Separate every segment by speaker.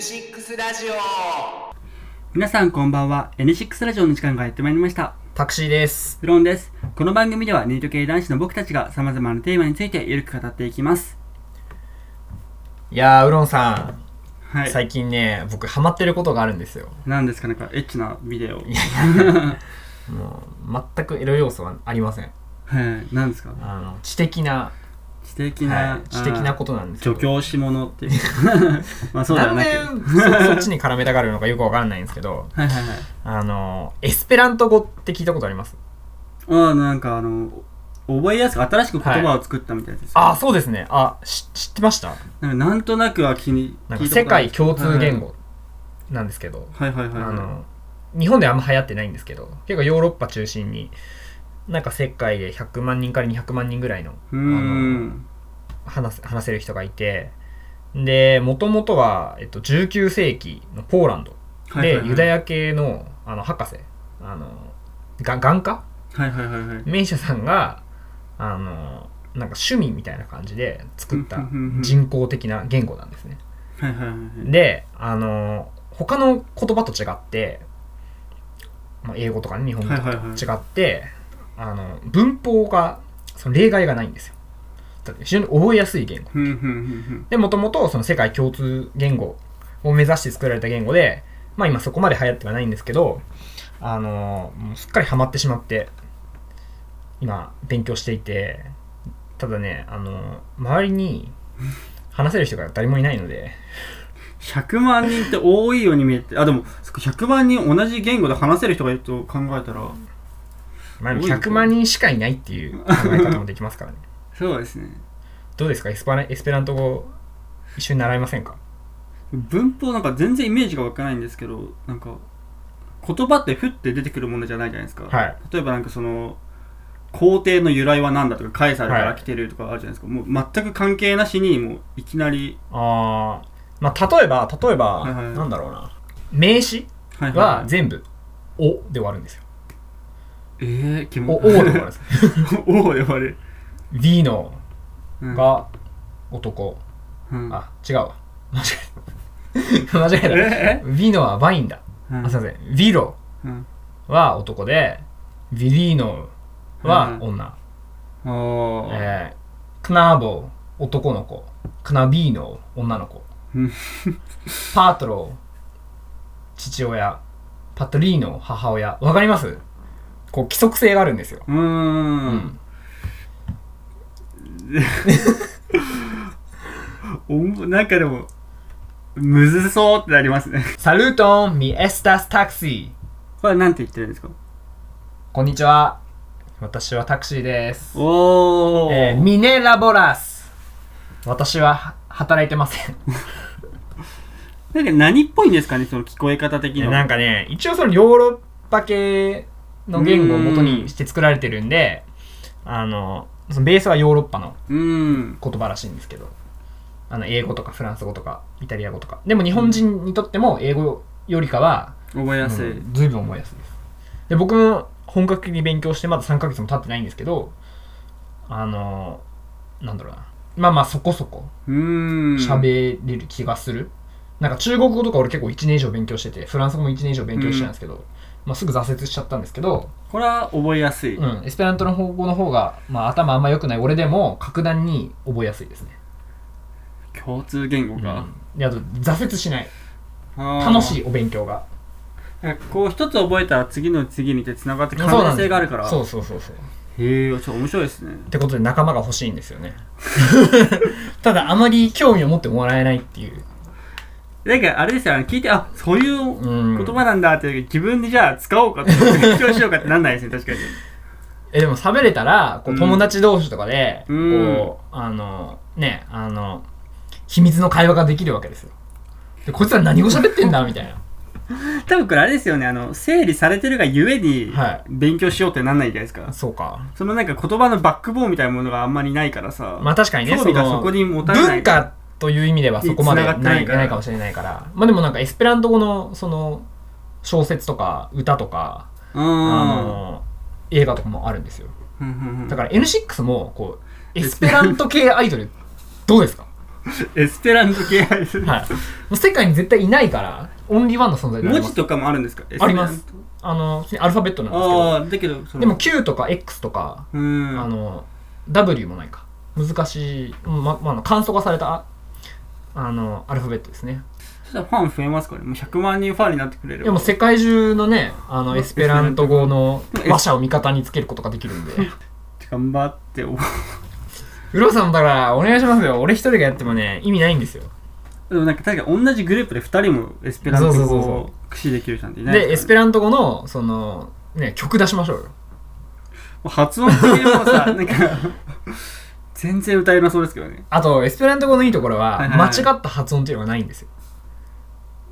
Speaker 1: ラジオ
Speaker 2: 皆さんこんばんは N6 ラジオの時間がやってまいりました
Speaker 3: タクシーです。
Speaker 2: フロンですこの番組ではニート系男子の僕たちがさまざまなテーマについてゆるく語っていきます
Speaker 3: いやー、ウロンさん、
Speaker 2: はい
Speaker 3: 最近ね、僕ハマってることがあるんですよ。
Speaker 2: 何ですかなんかエッチなビデオはい
Speaker 3: や もう、全くエロ要素はありません。
Speaker 2: 何ですか
Speaker 3: あの、知的な、
Speaker 2: 知的な、
Speaker 3: はい知的なことなんですけ
Speaker 2: と
Speaker 3: ど。
Speaker 2: 助教し者っていう まあそうでは
Speaker 3: なん
Speaker 2: な
Speaker 3: で
Speaker 2: く
Speaker 3: そ そっちに絡めたがるのかよくわからないんですけど、
Speaker 2: はいはいはい
Speaker 3: あの、エスペラント語って聞いたことあります
Speaker 2: ああなんかあの覚えやすく新しく言葉を作ったみたいですよ、
Speaker 3: あ、そうですね。あ、し知ってました
Speaker 2: なんかなんとなくは気に
Speaker 3: なん
Speaker 2: 聞
Speaker 3: か
Speaker 2: いたこ
Speaker 3: 世
Speaker 2: とある
Speaker 3: 界共通言語なんですけど、
Speaker 2: はいはいはい
Speaker 3: あ
Speaker 2: はい
Speaker 3: の日本ではあんま流行ってないんですけど結構ヨーロッパ中心になんか世界で100万人から200万人ぐらいの
Speaker 2: うー
Speaker 3: あの
Speaker 2: ん
Speaker 3: 話せ話せる人がいてでもともとは、えっと、19世紀のポーランド
Speaker 2: はいはい
Speaker 3: で
Speaker 2: はい
Speaker 3: ユダヤ系のあの博士あのが眼科
Speaker 2: はいはいはいはい
Speaker 3: 名医者さんがあのなんか趣味みたいな感じで作った
Speaker 2: うんうんうんうん
Speaker 3: 人工的な言語なんですね。
Speaker 2: はいはいはいはい
Speaker 3: であの他の言葉と違って、まあ、英語とかね日本語とか
Speaker 2: はいはい
Speaker 3: と
Speaker 2: はい
Speaker 3: 違って、あの文法がその例外がないんですよだから非常に覚えやすい言語
Speaker 2: ふんふんふんふん
Speaker 3: でもともとその世界共通言語を目指して作られた言語でまあ今そこまで流行ってはないんですけどあのもうすっかりハマってしまって今勉強していてただねあの周りに話せる人が誰もいないので
Speaker 2: 100万人って多いように見えてあでもそっか100万人同じ言語で話せる人がいると考えたら
Speaker 3: まあ、
Speaker 2: 多いです
Speaker 3: 100
Speaker 2: よ
Speaker 3: 万人しかいないっていう考え方もできますからね。
Speaker 2: そうですね
Speaker 3: どうですかエスパラエスペラント語一緒に習いませんか
Speaker 2: 文法なんか全然イメージが湧かないんですけどなんか言葉ってふって出てくるものじゃないじゃないですか、
Speaker 3: はい
Speaker 2: 例えばなんかその皇帝の由来は何だとかカエサルか
Speaker 3: は
Speaker 2: ら
Speaker 3: い
Speaker 2: 来てるとかあるじゃないですか、もう全く関係なしにもういきなり
Speaker 3: ああ、まあ、例えば、例えば、
Speaker 2: はいはい
Speaker 3: なんだろうな。名詞
Speaker 2: はいい
Speaker 3: は全部、おで終わるんですよ。
Speaker 2: えー、気
Speaker 3: お、
Speaker 2: 持
Speaker 3: おで終わ るんです。
Speaker 2: おおで終わる、
Speaker 3: V の
Speaker 2: うん
Speaker 3: が男。
Speaker 2: うん
Speaker 3: あ、違うわ。間違えた。間違え
Speaker 2: え
Speaker 3: た。V のはワインだ。
Speaker 2: うん
Speaker 3: あ、すいません。ヴィロ
Speaker 2: うん
Speaker 3: は男で、ヴィリーノは女。
Speaker 2: あー
Speaker 3: えー、クナーボ男の子クナビーノ女の子
Speaker 2: うん
Speaker 3: パートロ父親パトリーノ母親わかりますこう規則性があるんですよ、
Speaker 2: うーん、
Speaker 3: うん
Speaker 2: おもなんかでもむずそうってなりますね
Speaker 3: サルートンミエスタスタクシ ー
Speaker 2: これなんて言ってるんですか
Speaker 3: こんにちは私はタクシーです、
Speaker 2: おお、
Speaker 3: えーミネラボラス私はは働いてません
Speaker 2: なんか何っぽいんですかねその聞こえ方的には
Speaker 3: なんかね一応そのヨーロッパ系の言語を元にして作られてるんであのそのベースはヨーロッパの
Speaker 2: うーん
Speaker 3: 言葉らしいんですけどあの英語とかフランス語とかイタリア語とかでも日本人にとっても英語よりかは、
Speaker 2: 覚えやすい、
Speaker 3: うん随分思いやすいですで僕も本格的に勉強してまだ3ヶ月も経ってないんですけどあのなんだろうなまあまあそこそこ
Speaker 2: うーん
Speaker 3: 喋れる気がする、なんか中国語とか俺結構1年以上勉強しててフランス語も1年以上勉強してたんですけど、まあ、すぐ挫折しちゃったんですけど、
Speaker 2: これは覚えやすい、
Speaker 3: うん、エスペラントの方語の方が、まあ、頭あんま良くない俺でも格段に覚えやすいですね
Speaker 2: 共通言語が、
Speaker 3: であと挫折しない楽
Speaker 2: 楽
Speaker 3: しいお勉強が
Speaker 2: こう一つ覚えたら次の次にってつながって可能性があるから
Speaker 3: そうそうそうそう
Speaker 2: へえちょっと面白いですね
Speaker 3: ってことで仲間が欲しいんで すよねただあまり興味を持ってもらえないっていう、
Speaker 2: なんかあれですよね聞いてあそういう
Speaker 3: うん、
Speaker 2: 言葉なんだって自分でじゃあ使おうかとか勉強しようかってなんないですね確かに
Speaker 3: えでも喋れたらこ
Speaker 2: う
Speaker 3: うん友達同士とかで、
Speaker 2: うん
Speaker 3: こうあのねあの秘密の会話ができるわけですよでこいつら何を喋ってんだみたいな
Speaker 2: 多分これあれですよねあの整理されてるがゆえに
Speaker 3: はい
Speaker 2: 勉強しようってなんないじゃないですか、
Speaker 3: そうか
Speaker 2: そのなんか言葉のバックボーンみたいなものがあんまりないからさ、
Speaker 3: まあ確かにね
Speaker 2: 興
Speaker 3: そ
Speaker 2: 味が
Speaker 3: の
Speaker 2: そこに持たれない
Speaker 3: 文化という意味ではそこまで
Speaker 2: に繋がって
Speaker 3: な
Speaker 2: ないいから
Speaker 3: ないかもしれないからまあでもなんかエスペラント語のその小説とか歌とか
Speaker 2: う
Speaker 3: あ
Speaker 2: ん
Speaker 3: の映画とかもあるんですよ
Speaker 2: うんうんうん
Speaker 3: だから N6 もこうエスペラント系アイドルどうですか
Speaker 2: エスペラント系アイドル
Speaker 3: はいもう世界に絶対いないからオンリーワンの存在であり
Speaker 2: 文
Speaker 3: ま
Speaker 2: 字
Speaker 3: す。
Speaker 2: とかもあるんですか
Speaker 3: あります
Speaker 2: S
Speaker 3: あの、普通にアルファベットなんですけど、
Speaker 2: ああだけどその
Speaker 3: でも Q とか X とか、
Speaker 2: うん
Speaker 3: あの、W もないか。難しい、ま、まあ、簡素化された、あの、アルファベットですね。
Speaker 2: そしたらファン増えますかねもう100万人ファンになってくれれ
Speaker 3: いや
Speaker 2: ば
Speaker 3: もう世界中のね、あの、エスペラント語の
Speaker 2: え
Speaker 3: 話者を味方につけることができるんで。
Speaker 2: 頑張ってお
Speaker 3: うろうさんだから、お願いしますよ。俺一人がやってもね、意味ないんですよ。
Speaker 2: でもなんか確かに同じグループで2人もエスペラント
Speaker 3: そ
Speaker 2: 語
Speaker 3: うそうそう
Speaker 2: を駆使できる人なんていない
Speaker 3: で、エスペ
Speaker 2: ラ
Speaker 3: ラント語の、その、ね、曲出しましょうよ。
Speaker 2: 発音的にもさなんか 全然歌えなそうですけどね
Speaker 3: あと、エスペラント語のいいところ
Speaker 2: は
Speaker 3: は、
Speaker 2: いはいはい
Speaker 3: 間違った発音っていうのがないんですよ。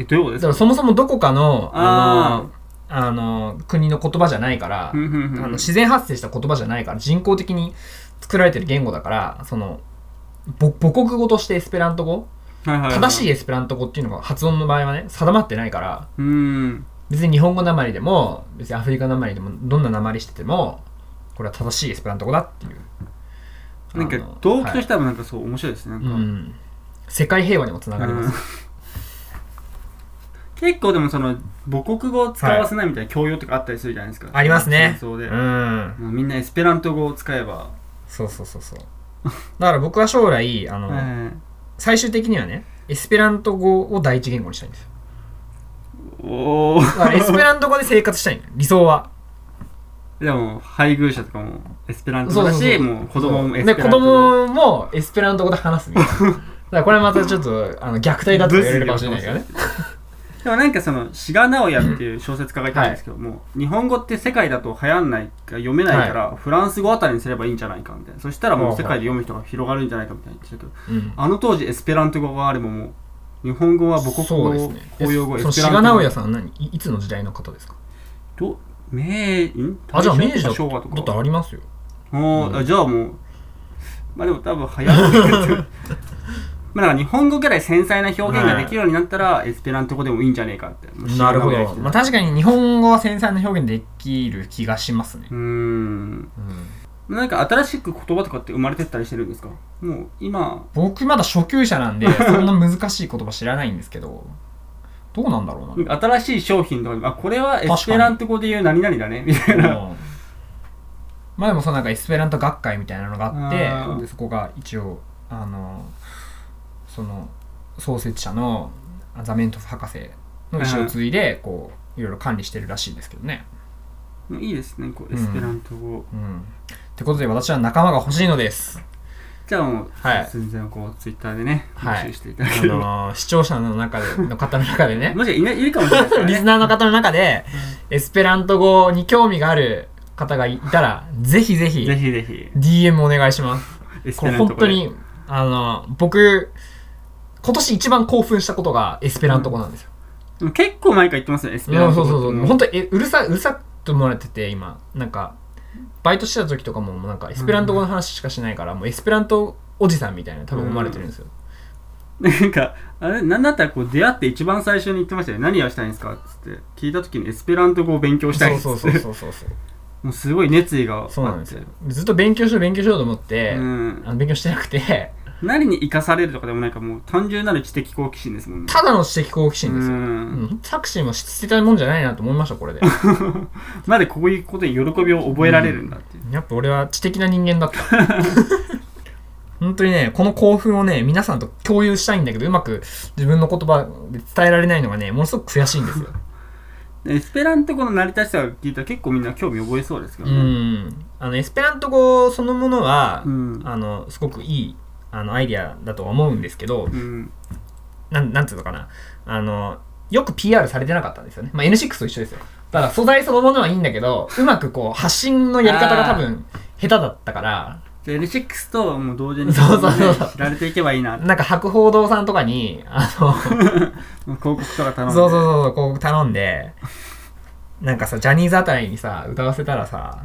Speaker 2: えどういうことです
Speaker 3: だか
Speaker 2: から
Speaker 3: そもそもどこかの、あ
Speaker 2: あ
Speaker 3: の、あの、国の言葉じゃないから、
Speaker 2: うんうんうん
Speaker 3: あの自然発生した言葉じゃないから、人工的に作られてる言語だから、その、ぼ母国語としてエスペラント語、
Speaker 2: はいはいはい
Speaker 3: 正しいエスペラント語っていうのが発音の場合はね、定まってないから、
Speaker 2: うん
Speaker 3: 別に日本語なまりでも、別にアフリカなまりでも、どんななまりしてても、これは正しいエスペラント語だっていう。
Speaker 2: なん
Speaker 3: あの
Speaker 2: か動機と
Speaker 3: は
Speaker 2: し
Speaker 3: い
Speaker 2: てはなんかそう面白いですねなん
Speaker 3: う
Speaker 2: か、
Speaker 3: ん。世界平和にもつながります。
Speaker 2: 結構でもその母国語を使わせないみたいな教養とかあったりするじゃないですか、
Speaker 3: ありますね。
Speaker 2: 戦争で、
Speaker 3: うん。
Speaker 2: もうみんなエスペラント語を使えば、
Speaker 3: そうそうそうそう。だから僕は将来、あの、
Speaker 2: え
Speaker 3: 最終的にはね、エスペラント語を第一言語にしたいんですよ。
Speaker 2: えおお
Speaker 3: だ からエスペラント語で生活したいんだよ理想は。
Speaker 2: でも配偶者とかもエスペラント語だしもう子供もエスペ
Speaker 3: で、
Speaker 2: ラ
Speaker 3: 子
Speaker 2: ント語
Speaker 3: 供もエスペラント語で話すみたいな。だからこれまたちょっと、あの、虐待だとか言われるかもしれないけどね。
Speaker 2: でもなんかその志賀直哉っていう小説家がいたんですけども、日本語って世界だと流行んないから読めないから、フランス語あたりにすればいいんじゃないかみたいなそしたらもう世界で読む人が広がるんじゃないかみたいな言ってたけど
Speaker 3: うん。
Speaker 2: あの当時エスペラント語はあれももう日本語は母国
Speaker 3: そうで
Speaker 2: 語、
Speaker 3: すね。
Speaker 2: 公用語エ
Speaker 3: えその、
Speaker 2: スペ
Speaker 3: 志
Speaker 2: ラン
Speaker 3: 賀
Speaker 2: ト
Speaker 3: 直
Speaker 2: 語
Speaker 3: 哉さんは何いいつの時代の方ですか
Speaker 2: ど明ん
Speaker 3: あ、じゃあ明治だ
Speaker 2: 大正
Speaker 3: っ
Speaker 2: 昭和と
Speaker 3: だって
Speaker 2: か
Speaker 3: ありますよ。
Speaker 2: おー
Speaker 3: うん
Speaker 2: あじゃあもうまあでも多分 流行ってるまあなんか日本語ぐらい繊細な表現ができるようになったら、エスペラント語でもいいんじゃねえかってもう
Speaker 3: なるほど。ま
Speaker 2: う
Speaker 3: あ確かに日本語は繊細な表現できる気がしますね
Speaker 2: ー。ん
Speaker 3: うん
Speaker 2: なんか新しく言葉とかって生まれてったりしてるんですかもう今
Speaker 3: 僕まだ初級者なんでそんな難しい言葉知らないんですけどどうなんだろうな
Speaker 2: なんか新しい商品とかでもあこれはエスペラント語で言う何々だねみたいな
Speaker 3: うん前もそうなんかエスペラント学会みたいなのがあっ
Speaker 2: う
Speaker 3: て
Speaker 2: ん
Speaker 3: でそこが一応あのその創設者のあザメントフ博士の意思を継いでこういろいろ管理してるらしいですけどね、
Speaker 2: もういいですねこうエスペラント語、
Speaker 3: うん、ってことで私は仲間が欲しいの です
Speaker 2: じゃあもう、
Speaker 3: はい
Speaker 2: 全然こうツイッターでね
Speaker 3: はい
Speaker 2: 募集していただ
Speaker 3: あ
Speaker 2: ければ、
Speaker 3: の視聴者の中での方の中で ね
Speaker 2: もしかしたらいないいるかもしれないですから
Speaker 3: リ
Speaker 2: ね
Speaker 3: スナーの方の中で、エスペラント語に興味がある方がいたら、ぜひぜひ
Speaker 2: ぜ、ひぜひ
Speaker 3: DM お願いします。
Speaker 2: エス
Speaker 3: こ
Speaker 2: ペ
Speaker 3: れ
Speaker 2: ラン
Speaker 3: 本
Speaker 2: ト
Speaker 3: 当
Speaker 2: 語で
Speaker 3: に、あの、僕、今年一番興奮したことがエスペラント語なんですよ。
Speaker 2: でも結構前から言ってますよねエス
Speaker 3: い
Speaker 2: ペラ
Speaker 3: や
Speaker 2: ン
Speaker 3: そ
Speaker 2: ト語
Speaker 3: うそうそ
Speaker 2: っ
Speaker 3: う。
Speaker 2: て
Speaker 3: も
Speaker 2: も
Speaker 3: う本当に、えうるさ、うるさっともらってて、今、なんか、バイトしてた時とかも、もうなんか、エスペラント語の話しかしないから、もうエスペラントおじさんみたいな、多分思われてるんですよ。
Speaker 2: なんか、あれ、なんだったらこう出会って一番最初に言ってましたよね。何をしたいんですかっつって。聞いた時にエスペラント語を勉強したい
Speaker 3: そ
Speaker 2: ん
Speaker 3: う
Speaker 2: です
Speaker 3: そ
Speaker 2: っ
Speaker 3: う
Speaker 2: て
Speaker 3: そうそう そうそう。
Speaker 2: もうすごい熱意があって。
Speaker 3: そうなんですよ。ずっと勉強しよう、勉強しようと思って、
Speaker 2: うん
Speaker 3: あの勉強してなくて、
Speaker 2: 何に生かされるとかでもなんかもう単純なる知的好奇心ですもんね。
Speaker 3: ただの知的好奇心です
Speaker 2: う
Speaker 3: よ。
Speaker 2: ん
Speaker 3: うんタクシーも捨てたいもんじゃないなと思いましたこれで
Speaker 2: までこういうことに喜びを覚えられるんだっていう。
Speaker 3: やっぱ俺は知的な人間だった 本当にねこの興奮をね皆さんと共有したいんだけどうまく自分の言葉で伝えられないのがねものすごく悔しいんですよ
Speaker 2: エスペラント語の成り立ちとか聞いたら結構みんな興味覚えそうですけ
Speaker 3: う
Speaker 2: どね。
Speaker 3: んあのエスペラント語そのものは、
Speaker 2: うん
Speaker 3: あのすごくいいあのアイディアだとは思うんですけど
Speaker 2: うん。
Speaker 3: なんなんていうのかなあのよく PR されてなかったんですよね、まあ、N6 と一緒ですよだから素材そのものはいいんだけどうまくこう発信のやり方が多分下手だったから
Speaker 2: じゃあ L6 とはもう同時に
Speaker 3: そうそうそうそう
Speaker 2: 知られていけばいいなって。
Speaker 3: なんか博報堂さんとかに、あ
Speaker 2: 広告とか頼
Speaker 3: の、
Speaker 2: んで。
Speaker 3: そうそうそう、こう頼んで、なんかさ、ジャニーズあたりにさ、歌わせたらさ、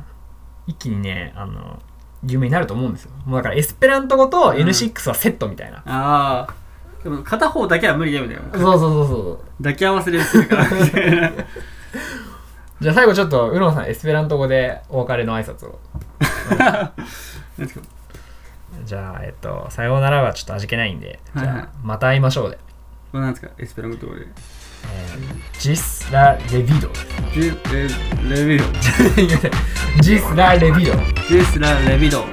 Speaker 3: 一気にね、あの、有名になると思うんですよ。もうだから、エスペラント語と
Speaker 2: ん
Speaker 3: N6 はセットみたいな。
Speaker 2: ああ。でも片方だけは無理だよね。
Speaker 3: そうそうそうそう。
Speaker 2: 抱き合わせでするからみたいな。
Speaker 3: じゃあ最後ちょっと、ウロンさん、エスペラント語でお別れの挨拶を。
Speaker 2: なんですか
Speaker 3: じゃあ、えっと、さようならはちょっと味気ないんで、
Speaker 2: は
Speaker 3: じ
Speaker 2: いはい
Speaker 3: ゃあ、また会いましょうで。
Speaker 2: これなんですかエスペラント語で。
Speaker 3: ジスラ・レビド。
Speaker 2: ジレレビド。
Speaker 3: ジスラ・レビド。
Speaker 2: ジスラ・レビド。